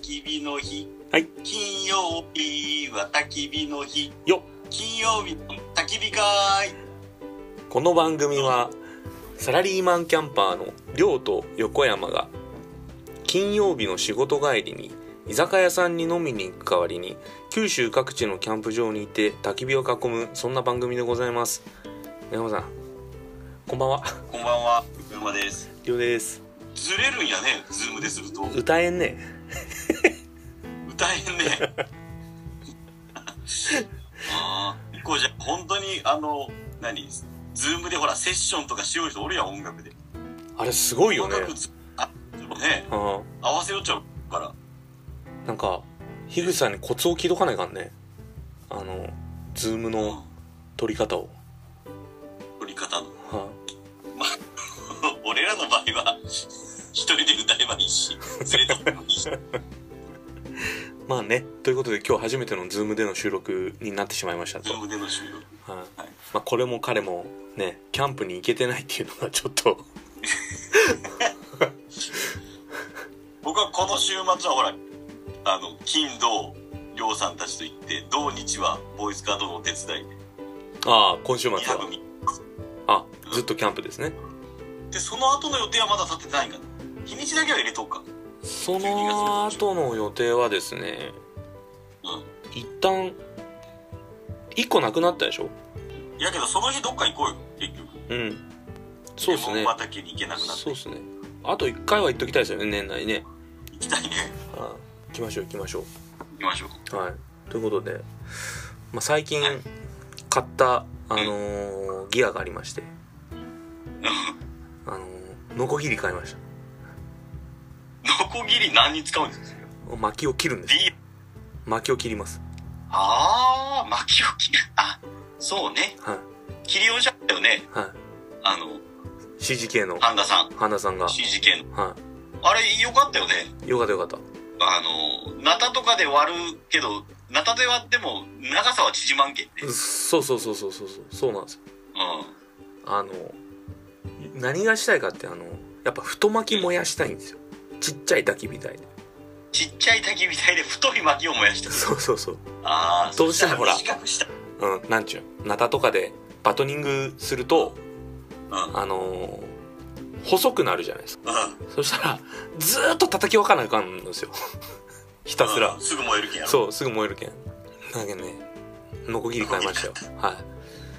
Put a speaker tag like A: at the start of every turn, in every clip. A: き火の日。
B: はい。
A: 金曜日は焚き火の日。
B: よっ
A: 金曜日の焚き火会。
B: この番組はサラリーマンキャンパーの亮と横山が金曜日の仕事帰りに居酒屋さんに飲みに行く代わりに九州各地のキャンプ場にいて焚き火を囲むそんな番組でございます横山さんこんばんは
A: こんばんは、福山です。
B: 亮です
A: ずれるんやね、ズームですると。
B: 歌えんね
A: 歌えんね。 ああ、こうじゃ、本当に、あの、何ズームでほら、セッションとかしよう人おるやん、音楽で。
B: あれすごいよね
A: 音楽ずあ、でもね、
B: あ
A: 合わせよっちゃうから。
B: あなんか樋口さんにコツを聞いとかないかんねあのズームの撮り方を
A: 撮り方の。
B: は
A: 俺らの場合は、一人で歌えばいいし、ずれてもいいし。
B: いまあねということで今日初めてのズームでの収録になってしまいましたと
A: ズームでの収録。
B: はい
A: はい
B: まあ、これも彼もねキャンプに行けてないっていうのがちょっと
A: 僕はこの週末はほら、あの、金、土、りょうさんたちと行って、土日はボーイスカートのお手伝いで、
B: ああ今週末
A: 2泊
B: は
A: 3
B: あずっとキャンプですね
A: で、その後の予定はまだ立ててないんかな。日にちだけは入れとくか。
B: その後の予定はですね
A: う
B: 一旦一個なくなったでしょ
A: ん。いやけど、その日どっか行こうよ、結局。
B: うんそうですね
A: も畑に行けなくなって。
B: そうですねあと一回は行っときたいですよね年内ね
A: 行きたいね。
B: ああ行きましょう行きましょ
A: 行きましょう。
B: うはいということで、まあ、最近
A: はい
B: 買った、あのーギアがありまして、あのーノコギリ買いまし
A: ノコギリ何に使うんですか
B: た薪を切るんです
A: ビール。
B: 薪を切ります
A: ああ、薪を切る。あ、そうね。
B: はい
A: 切り落じゃったよね。
B: は
A: あの、
B: い CGK の
A: 半田さん。
B: 花さんが、
A: CGK の。
B: は
A: あれ、良かったよね。
B: い、よかったよかった
A: あの、ナタとかで割るけど、ナタで割っても長さは縮まんけんね。
B: うっそうそうそうそうそうそうそうなんですよ
A: う。
B: あの何がしたいかってあのやっぱ太巻き燃やしたいんですよちっちゃい焚きみたいなん
A: ちっちゃい滝みたいで太い薪を燃やしてる。
B: そうそうそう
A: ああ、
B: どうしてもほら
A: そした短くした。
B: うんなんちゅうナタとかでバトニングすると
A: うん。
B: あのー細くなるじゃないですか
A: うん。
B: そしたらずーっと叩き分かなあかんんですよ ひたすら
A: うんすぐ燃えるけんやろ。
B: そうすぐ燃えるけんなんかねノコギリ買いましたよは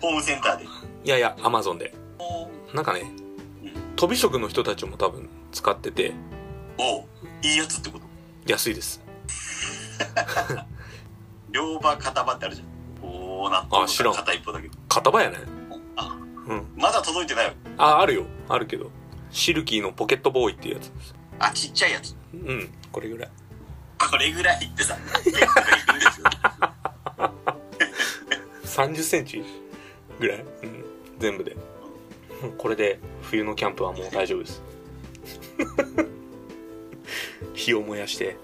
A: ホームセンターで。
B: いいやいやアマゾンで
A: おう
B: なんかね
A: うん
B: 飛び職の人たちも多分使ってて
A: おういいやつってこと
B: 安いです
A: 両刃片刃ってあるじゃん。おー、なん
B: あ知らん
A: 片一方だけど。
B: 片場やね
A: あ、
B: うん
A: まだ届いてないよ。
B: ああるよあるけどシルキーのポケットボーイっていうやつ
A: あ、ちっちゃいやつ。
B: うんこれぐらい
A: これぐらいってさ、結構いるんですよ。
B: 3 0ンチぐらい、うん、全部でうんこれで冬のキャンプはもう大丈夫です 火を燃やして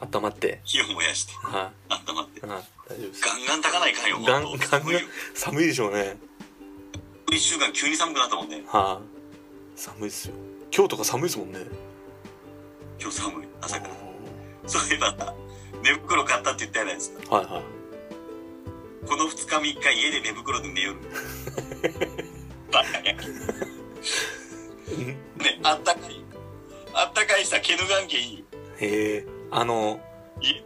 B: 温まって
A: 火を燃やして、
B: は
A: あったまって
B: い、。はい大丈夫です
A: ガンガン炊かないかんよ、
B: ガン
A: ほんと
B: ガン
A: 寒い
B: が
A: よ
B: 寒いでしょうね
A: 一週間急に寒くなったもんね。
B: はい、寒いっすよ今日とか寒いですもんね
A: 今日寒い、朝から。そういえば、寝袋買ったって言ったじゃないですか。
B: はいはい
A: この二日三日家で寝袋で寝よる。バカや。
B: うん
A: ね、あったかい。あったかいさ、毛ぬがんけいいよ。
B: へえあの
A: いい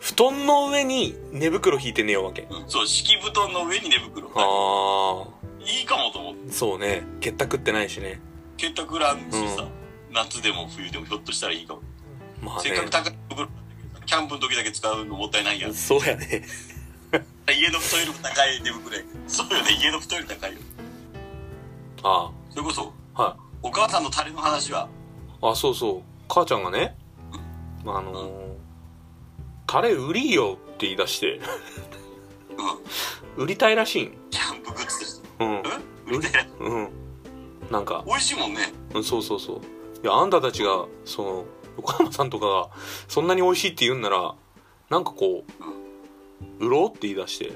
B: 布団の上に寝袋引いて寝ようわけ
A: うんそう、敷布団の上に寝袋。
B: ああ
A: いいかもと思って。
B: そうね結託ってないしね
A: 結託らんしさ、
B: うん
A: 夏でも冬でもひょっとしたらいいかも。
B: まあ
A: せっ
B: ね
A: かく高い袋なんだけどキャンプの時だけ使うのもったいないやん。
B: そうやね
A: 家の太いの高い寝袋やけどそうよね、家の太いの高いよ。
B: あ
A: それこそ、
B: あは
A: お母さんのタレの話は、
B: いあそうそう母ちゃんがねあのータレ売りよって言い出して
A: うん、
B: 売りたいらしいん
A: キャンプグッズとして。
B: うん
A: うんみたいな。
B: うんなんか
A: 美味しいもんね。
B: うんそうそうそういやあんたたちがその横浜さんとかがそんなに美味しいって言うんならなんかこう売ろうって言い出して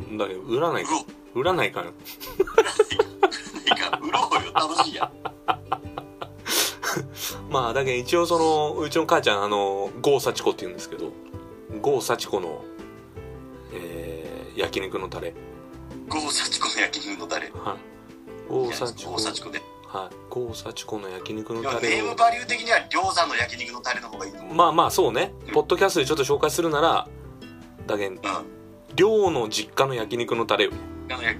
A: うん。
B: だけど売らない
A: 売ろう。
B: 売らないから
A: いいか、売ろうよ、楽しいやん。
B: まあだけど一応そのうちの母ちゃんあの郷幸子って言うんですけど郷幸子の、えー、焼肉のタレ
A: 郷幸子の焼き肉のタレ
B: はい
A: い
B: 郷
A: や
B: 幸
A: 郷
B: 子
A: 幸子で
B: はい郷幸子の焼肉の
A: いや
B: タ
A: ネ
B: レ
A: ーム
B: を
A: バリュー的にはりょうさんの焼き肉のタレの方がいいと思う、
B: まあまあそうね
A: うん
B: ポッドキャストでちょっと紹介するならだけど
A: うん
B: 寮の実家の焼肉のタレよ
A: あのや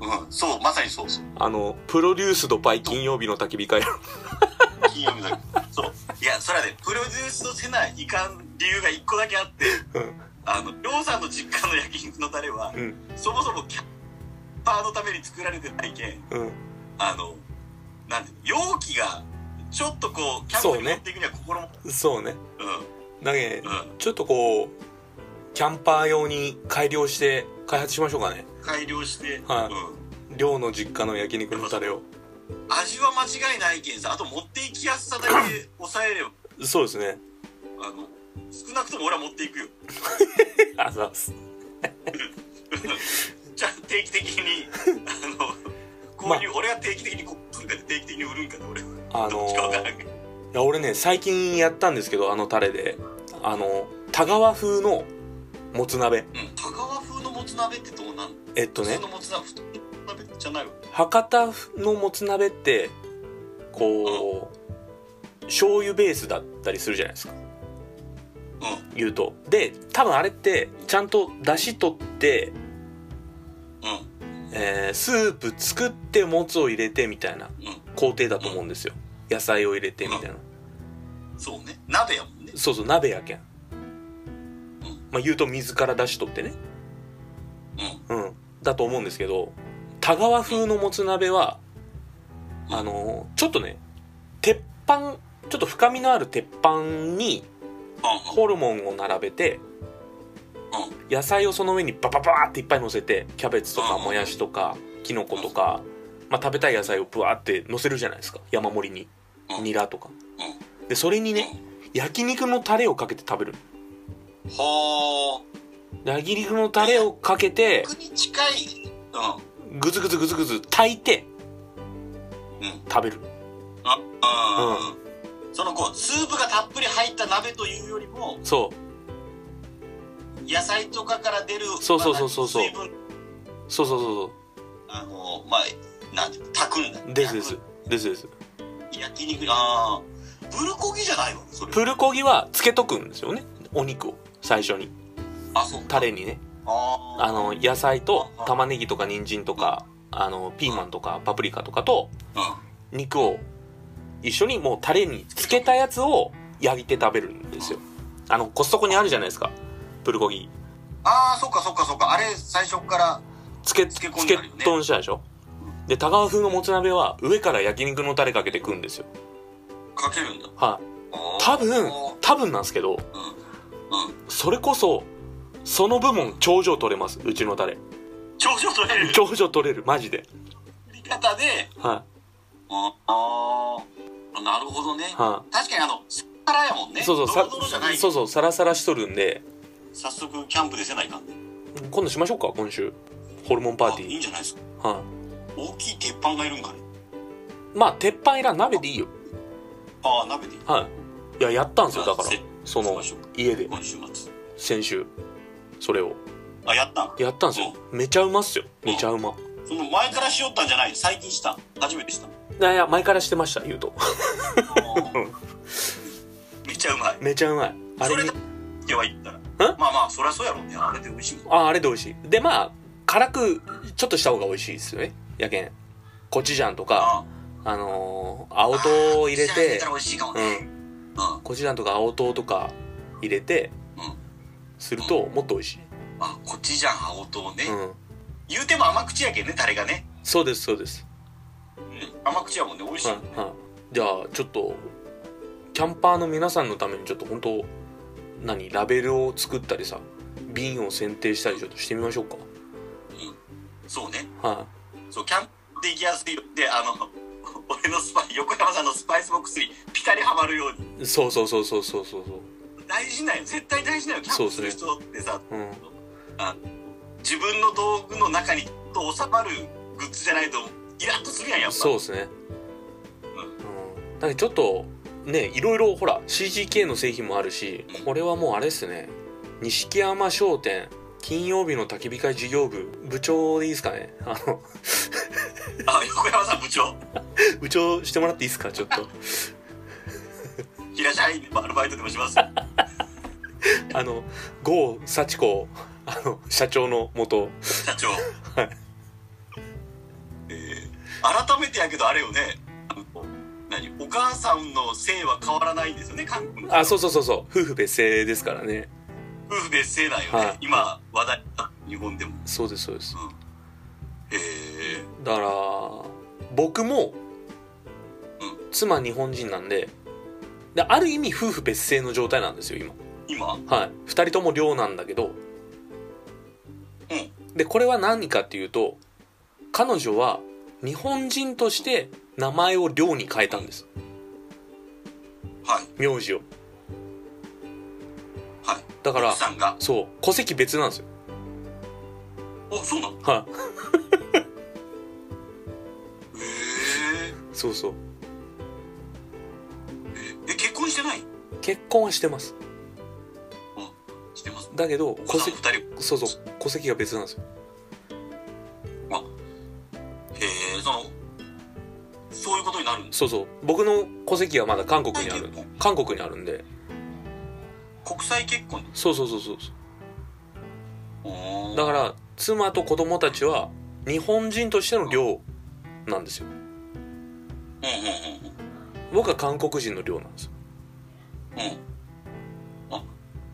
A: うん、そうまさにそうそう
B: あのプロデュースドバイ金曜日の焚き火会
A: 金曜日だ そういやそれはねプロデュースとせないかん理由が一個だけあって
B: うん
A: あのりょうさんの実家の焼き肉のタレは
B: うん
A: そもそもキャッパーのために作られてないけん
B: うん
A: あのなんていうの容器がちょっとこうキャンプ
B: そう
A: に
B: ね
A: 持っていくには心も
B: そうね
A: う,、
B: だけど
A: んう
B: ちょっとこうキャンパー用に改良して開発しましょうかね
A: ん改良して、
B: はい
A: うん
B: 寮の実家の焼肉のタレを
A: 味は間違いないけんさあと持っていきやすさだけ抑えれば
B: そうですね
A: あの少なくとも俺は持っていくよ
B: あざっす
A: じゃあ定期的 にあの購入、俺は定期的にこう来るから定期的に売るんかな俺は
B: あ
A: ど
B: の
A: っちかわからん
B: ー
A: け
B: い
A: ど
B: や俺ね最近やったんですけどあのタレであの田川風のもつ鍋
A: うん香川風のもつ鍋ってどうなんの
B: えっと
A: 普
B: ね
A: 通のもつ鍋太い鍋じゃないわ
B: 博多のもつ鍋ってこう醤油ベースだったりするじゃないですか
A: う
B: 言うとで多分あれってちゃんと出汁取って、
A: んうん
B: えースープ作ってもつを入れてみたいな
A: う
B: 工程だと思うんですよ野菜を入れてみたいなん
A: そうね鍋やもんね
B: そうそう鍋やけん、まあ、言うと水から出汁取ってね
A: うん
B: うんだと思うんですけど田川風のもつ鍋は
A: うん
B: あのーちょっとね鉄板ちょっと深みのある鉄板に
A: うん
B: ホルモンを並べて
A: う
B: 野菜をその上にバババーっていっぱい乗せてキャベツとか
A: うん
B: もやしとかきのことか、まあ、食べたい野菜をブワーって乗せるじゃないですか山盛りに
A: うん
B: ニラとかでそれに
A: ん
B: ね焼肉のタレをかけて食べる
A: うんは
B: 焼肉のタレをかけて
A: あに近いうん
B: グズグズグズグズ炊いて
A: うん
B: 食べる
A: あうん、そのこうスープがたっぷり入った鍋というよりも
B: そう
A: 野菜とかから出る
B: そうそうそうそうそう
A: 水分
B: そうそうそう
A: あのまあなんていうの炊くんだ
B: そうですです
A: 炊
B: ですです
A: く焼肉ああプルコギじゃないわそれ
B: プルコギはつけとくんですよねお肉を最初に
A: あそう
B: タレにね
A: あ
B: あの野菜と
A: うん
B: 玉ねぎとか人参とかあのピーマンとかパプリカとかと
A: あ
B: 肉を一緒にもうタレにつけたやつを焼いて食べるんですよあのコストコにあるじゃないですかプルコギ
A: あーそっかそっかそっかあれ最初から
B: つけつ
A: 漬け
B: け
A: 込んであるよね
B: っとんしたでしょで田川風のもつ鍋は上から焼肉のタレかけて食うんですよ
A: かけるんだ
B: はい
A: あー
B: 多分
A: う
B: 多分なんですけ
A: ん
B: ど
A: うん
B: それこそその部門頂上取れますうちのタレ
A: 頂上取れる
B: 頂上取れるマジで
A: 作り方で
B: は
A: ああなるほどね
B: いは
A: 確かにあの皿やもんね
B: いそうそう
A: ド
B: さ
A: ロドロじゃない
B: そうそうサラサラしとるんで
A: 早速キャンプでせないかんね
B: 今度しましょうか今週ホルモンパーテ
A: あいい
B: ィ
A: んじゃないですか
B: ーは
A: 大きい鉄板がいるんかね
B: いまあ鉄板いらん鍋でいいよ
A: ああ鍋でいい
B: はいいややったんですよだから
A: じゃあせ
B: そ
A: し
B: の
A: ましょう
B: 家で
A: 今週末
B: 先週それを
A: あやったん
B: やったんですよめちゃうまっすよめちゃうま
A: その前からしよったんじゃない最近したん初めてしたん
B: いやいや前からしてました言うと
A: あーめちゃうまい
B: めちゃうまいあ
A: そ
B: れ
A: れ
B: に
A: だけは言ったらまあまあそりゃそうやろうねあれで美味しいもん
B: ああれで美味しいでまあ辛くちょっとした方が美味しいですよねやけんコチュジャンとか
A: あ
B: あのー青唐を入れ
A: あー入れ
B: て
A: たら美味しいかも
B: う
A: ね
B: ん
A: うんあ
B: コチュジャンとか青唐とか入れて
A: うん
B: するともっと美味し
A: コチュジャン青唐ね
B: いうん
A: 言うても甘口やけんねタレがね
B: そうですそうです
A: うん甘口やもんね美味しい
B: はい
A: もんね
B: はいじゃあちょっとキャンパーの皆さんのためにちょっと本当何ラベルを作ったりさ瓶を選定したりちょっとしてみましょう
A: そうね
B: かは
A: そう、キャンプで行きやすいよ。で、あの、 俺のスパイ、横山さんのスパイスボックスにぴたりはまるように。
B: いそうそうそうそうそうそうそ
A: 大事なんよ。絶対大事なんよ。キャンプする人ってさ、
B: ううん
A: 自分の道具の中にちょっと収まるグッズじゃないと、イラッとするやん、やっぱ。
B: そうですねうんだけどちょっとねいろいろほら CGK の製品もあるしこれはもうあれですね錦山商店金曜日の焚き火会事業部部長でいいですかねあの
A: あ横山さん部長
B: 部長してもらっていいですかちょっと
A: 平社員でアルバイトでもします
B: あの郷幸子あの社長のもと
A: 社長
B: はい
A: えー改めてやけどあれよねあの何お母さんの姓は変わらないんですよね韓国の
B: あそうそうそうそう夫婦別姓ですからね
A: 夫婦別姓なんよね、
B: はい
A: 今話題になった日本でも
B: そうですそうです
A: へえ
B: だから僕も
A: う
B: 妻日本人なんでである意味夫婦別姓の状態なんですよ今
A: 今うん
B: はい2人とも寮なんだけどでこれは何かっていうと彼女は日本人として名前を寮に変えたんです
A: はい
B: 名字を
A: はい
B: だから
A: 奥さんが
B: そう戸籍別なんですよ
A: おそうなの
B: はい
A: へえ
B: そうそう
A: え結婚してない
B: 結婚はしてます
A: してます
B: だけど
A: お
B: 戸
A: 子さん
B: 籍
A: 二人
B: そうそう戸籍が別なんですよ
A: へえそのそういうことになるんです
B: そうそう僕の戸籍はまだ韓国にある
A: はい
B: 韓国にあるんで
A: 国際結婚
B: そうそうそうそうそ
A: お
B: う
A: ー
B: だから妻と子供たちは日本人としての寮なんですよ
A: うんうんうんうん
B: 僕は韓国人の寮なんですよ
A: うん。あ、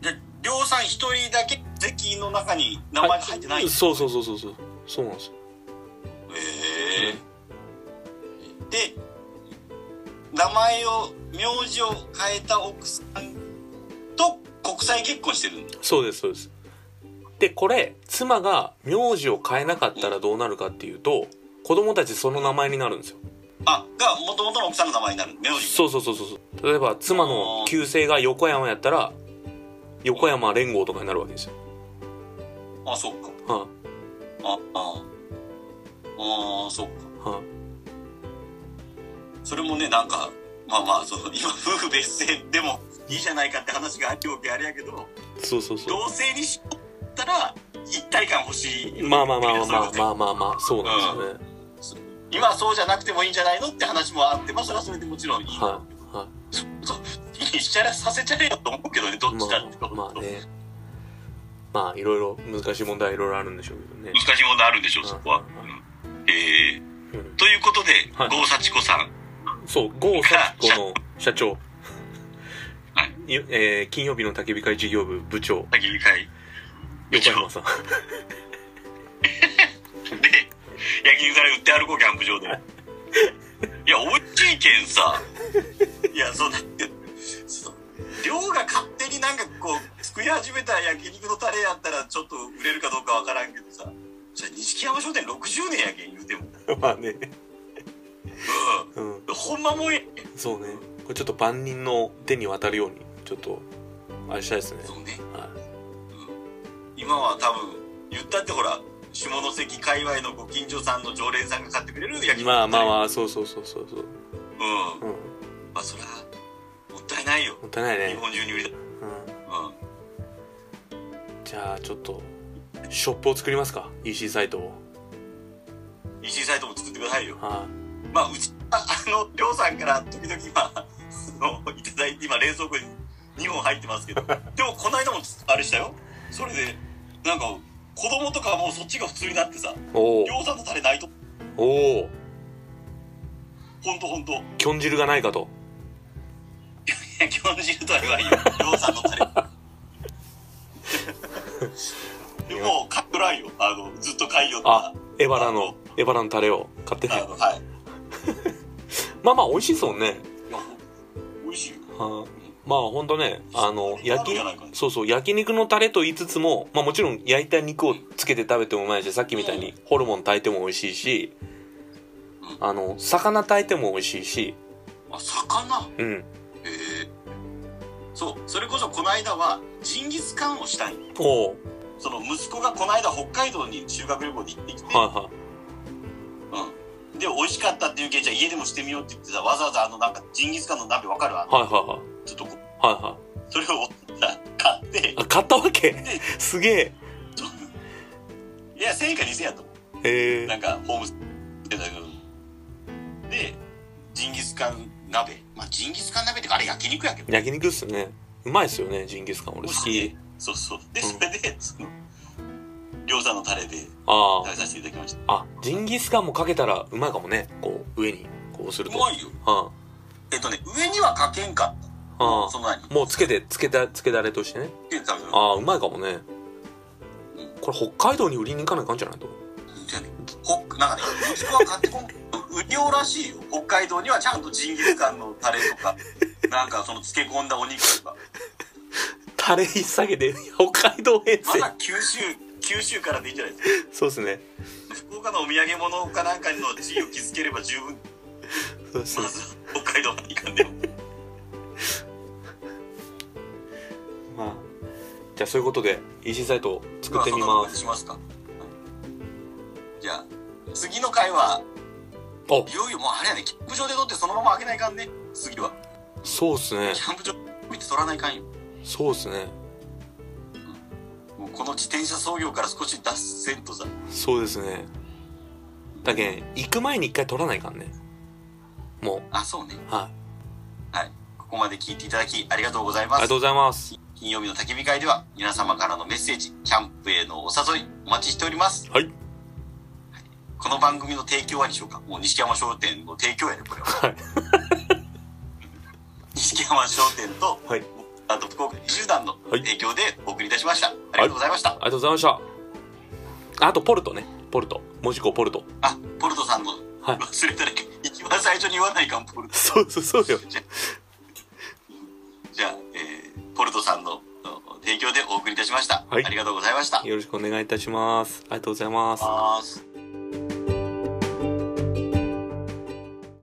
A: じゃあ、りょうさん一人だけ、席の中に名前が入ってないんです
B: そうそうそうそうそうそうなんですよ
A: へえで、名前を、名字を変えた奥さんと国際結婚してるんだ。
B: そうですそうですでこれ妻が名字を変えなかったらどうなるかっていうと子供たちその名前になるんですよ
A: あ、が、もともとの奥さんの名前になる。名字。
B: そうそうそうそうそう例えば妻の旧姓が横山やったら横山連合とかになるわけですよ、
A: あ、そっか。
B: は
A: あ、あ。ああ、そっか。
B: いはい
A: それもね、なんか、まあまあ、その、今、夫婦別姓でもいいじゃないかって話があっておけあれやけど、
B: そうそうそう
A: 同性に絞ったら一体感欲しい
B: まあまあまあまあまあま
A: あ
B: あまあまあそうなんですよね、
A: 今はそうじゃなくてもいいんじゃないのって話もあってまあそれはそれでもちろんいい、、
B: はいはい
A: しちゃらさせちゃれよと思うけどねどっちだって
B: いまあまあねまあいろいろ難しい問題はいろいろあるんでしょうけどね
A: 難しい問題あるんでしょう
B: うん
A: そこは、うんえー
B: うん
A: ということで
B: はい
A: 郷幸子さん
B: そう郷幸 子の社長
A: は
B: ゆえー金曜日の焚き火会事業部部長
A: 先に会部
B: 横
A: 長
B: 山さん
A: で焼肉皿売って歩こうキャンプ場で いや美味しいけんさいやそうだってそう量が勝手になんかこう作り始めた焼肉のタレやったらちょっと売れるかどうかわからんけどさそれ錦山商店60年やけん言うても、
B: まあね
A: う
B: うん
A: ん、ほんまもんや
B: そうねこれちょっと万人の手に渡るようにちょっとあれしたいですね
A: そうね、
B: は
A: うん、今は多分言ったってほら下関界隈のご近所さんの常連さんが買ってくれる焼
B: い
A: 肉
B: まあまあ
A: あ
B: まあそうそうそうそうそう
A: うん
B: うんも
A: まあそりゃもったいないよ
B: ったいない
A: 日
B: ね、
A: 本中に売りだ
B: うん、
A: うん
B: じゃあちょっとショップを作りますか EC サイトを
A: 石井サイトも作ってくださいよ。
B: は
A: まあ、うち、ああの、りょうさんから時々今、あの、いただいて、今、冷蔵庫に2本入ってます けど、でも、この間も、あれしたよ。それで、なんか、子供とかもうそっちが普通になってさ、
B: いおお
A: りょうさんのタレないと、
B: おお
A: ほんとほんと。い
B: きょん汁がないかと
A: や、基本汁とは言 わんよ。りょうさんのタレ。でも、買ってないよ。あの、ずっと買いよった。
B: あエバラのエバラのタレを買って
A: あの、はい。
B: まあまあ美味しいですもんね
A: いや美味しいよ。
B: はあまあほんとねあの焼き
A: あるんじゃないかな
B: そうそう焼肉のタレと言いつつも、まあ、もちろん焼いた肉をつけて食べてもうまいしさっきみたいにホルモン炊いても美味しいしあの魚炊いても美味しいし
A: あ、魚。
B: うん
A: へえそうそれこそこの間はジンギスカンをしたい
B: おお
A: その息子がこの間北海道に修学旅行に行ってきて、
B: はいは
A: うん、で美味しかったっていうけんじゃあ家でもしてみようって言ってさわざわざあのなんかジンギスカンの鍋わかるあの
B: はいは
A: ちょっとこう
B: いはいはいは
A: それをさ買って
B: いあ買ったわけすげ
A: いや1000円か2000円やと思
B: えへ
A: う
B: え
A: なんかホームステイだけどでジンギスカン鍋まあジンギスカン鍋ってかあれ焼肉やけど
B: 焼肉っすねうまいっすよねジンギスカン俺好き
A: そうそうで
B: うん
A: それでその餃子のタレで
B: あ
A: 食べさせていただきました
B: ああジンギスカンもかけたらうまいかもねこう上にこうする
A: う
B: と
A: まいよ
B: は
A: えっとね上にはかけんかっ
B: あ
A: た
B: は
A: その何
B: あもうつけてつけたつけだれとしてね
A: つけて食べる
B: ああうまいかもねこれ北海道に売りに行かないかんじゃないと
A: じゃあねほなんかねうちは買ってこん うりょうらしいよ北海道にはちゃんとジンギスカンのタレとかなんかその漬け込んだお肉とか
B: タレ一下げで北海道遠
A: ま
B: 征
A: だ九州九州からでいいんじゃないですか
B: そうですね
A: 福岡のお土産物かなんかの地位を築ければ十分
B: そうです
A: ま
B: ね
A: ず北海道に行かんでも
B: まあじゃあそういうことで EC サイトを作ってみま
A: あそんなこと
B: す
A: しますかはいじゃあ次の回は
B: お
A: いよいよもうあれやねキャンプ場で撮ってそのまま開けないかんね次は
B: そうですね
A: キャンプ場見て撮らないかんよ
B: そうですね
A: もうこの自転車操業から少し脱線とさ
B: そうですねだけん行く前に一回取らないかんねも
A: あそうね
B: うはい
A: はい。ここまで聞いていただきありがとうござい
B: あ
A: ま
B: りが
A: す
B: とう。ございます
A: 金曜日の焚き火会では皆様からのメッセージ、キャンプへのお誘いお待ちしております。
B: はい
A: この番組の提供はでしょうかもう西山商店の提供やね、これは。
B: はい
A: 西山商店と、
B: はい
A: あと福岡移住団の
B: はい
A: 提供でお送りいたしました。ありがとうございました。
B: ありがとうございましたあとポルトねポルト文字工ポルト
A: あ、ポルトさんの
B: はい
A: 忘れたら、一番最初に言わないかん、ポルト。
B: そうそうそうよ
A: じゃあ、えーポルトさんのお提供でお送りいたしました。
B: はい
A: ありがとうございました。
B: よろしくお願いいたしますありがとうございます
A: ます。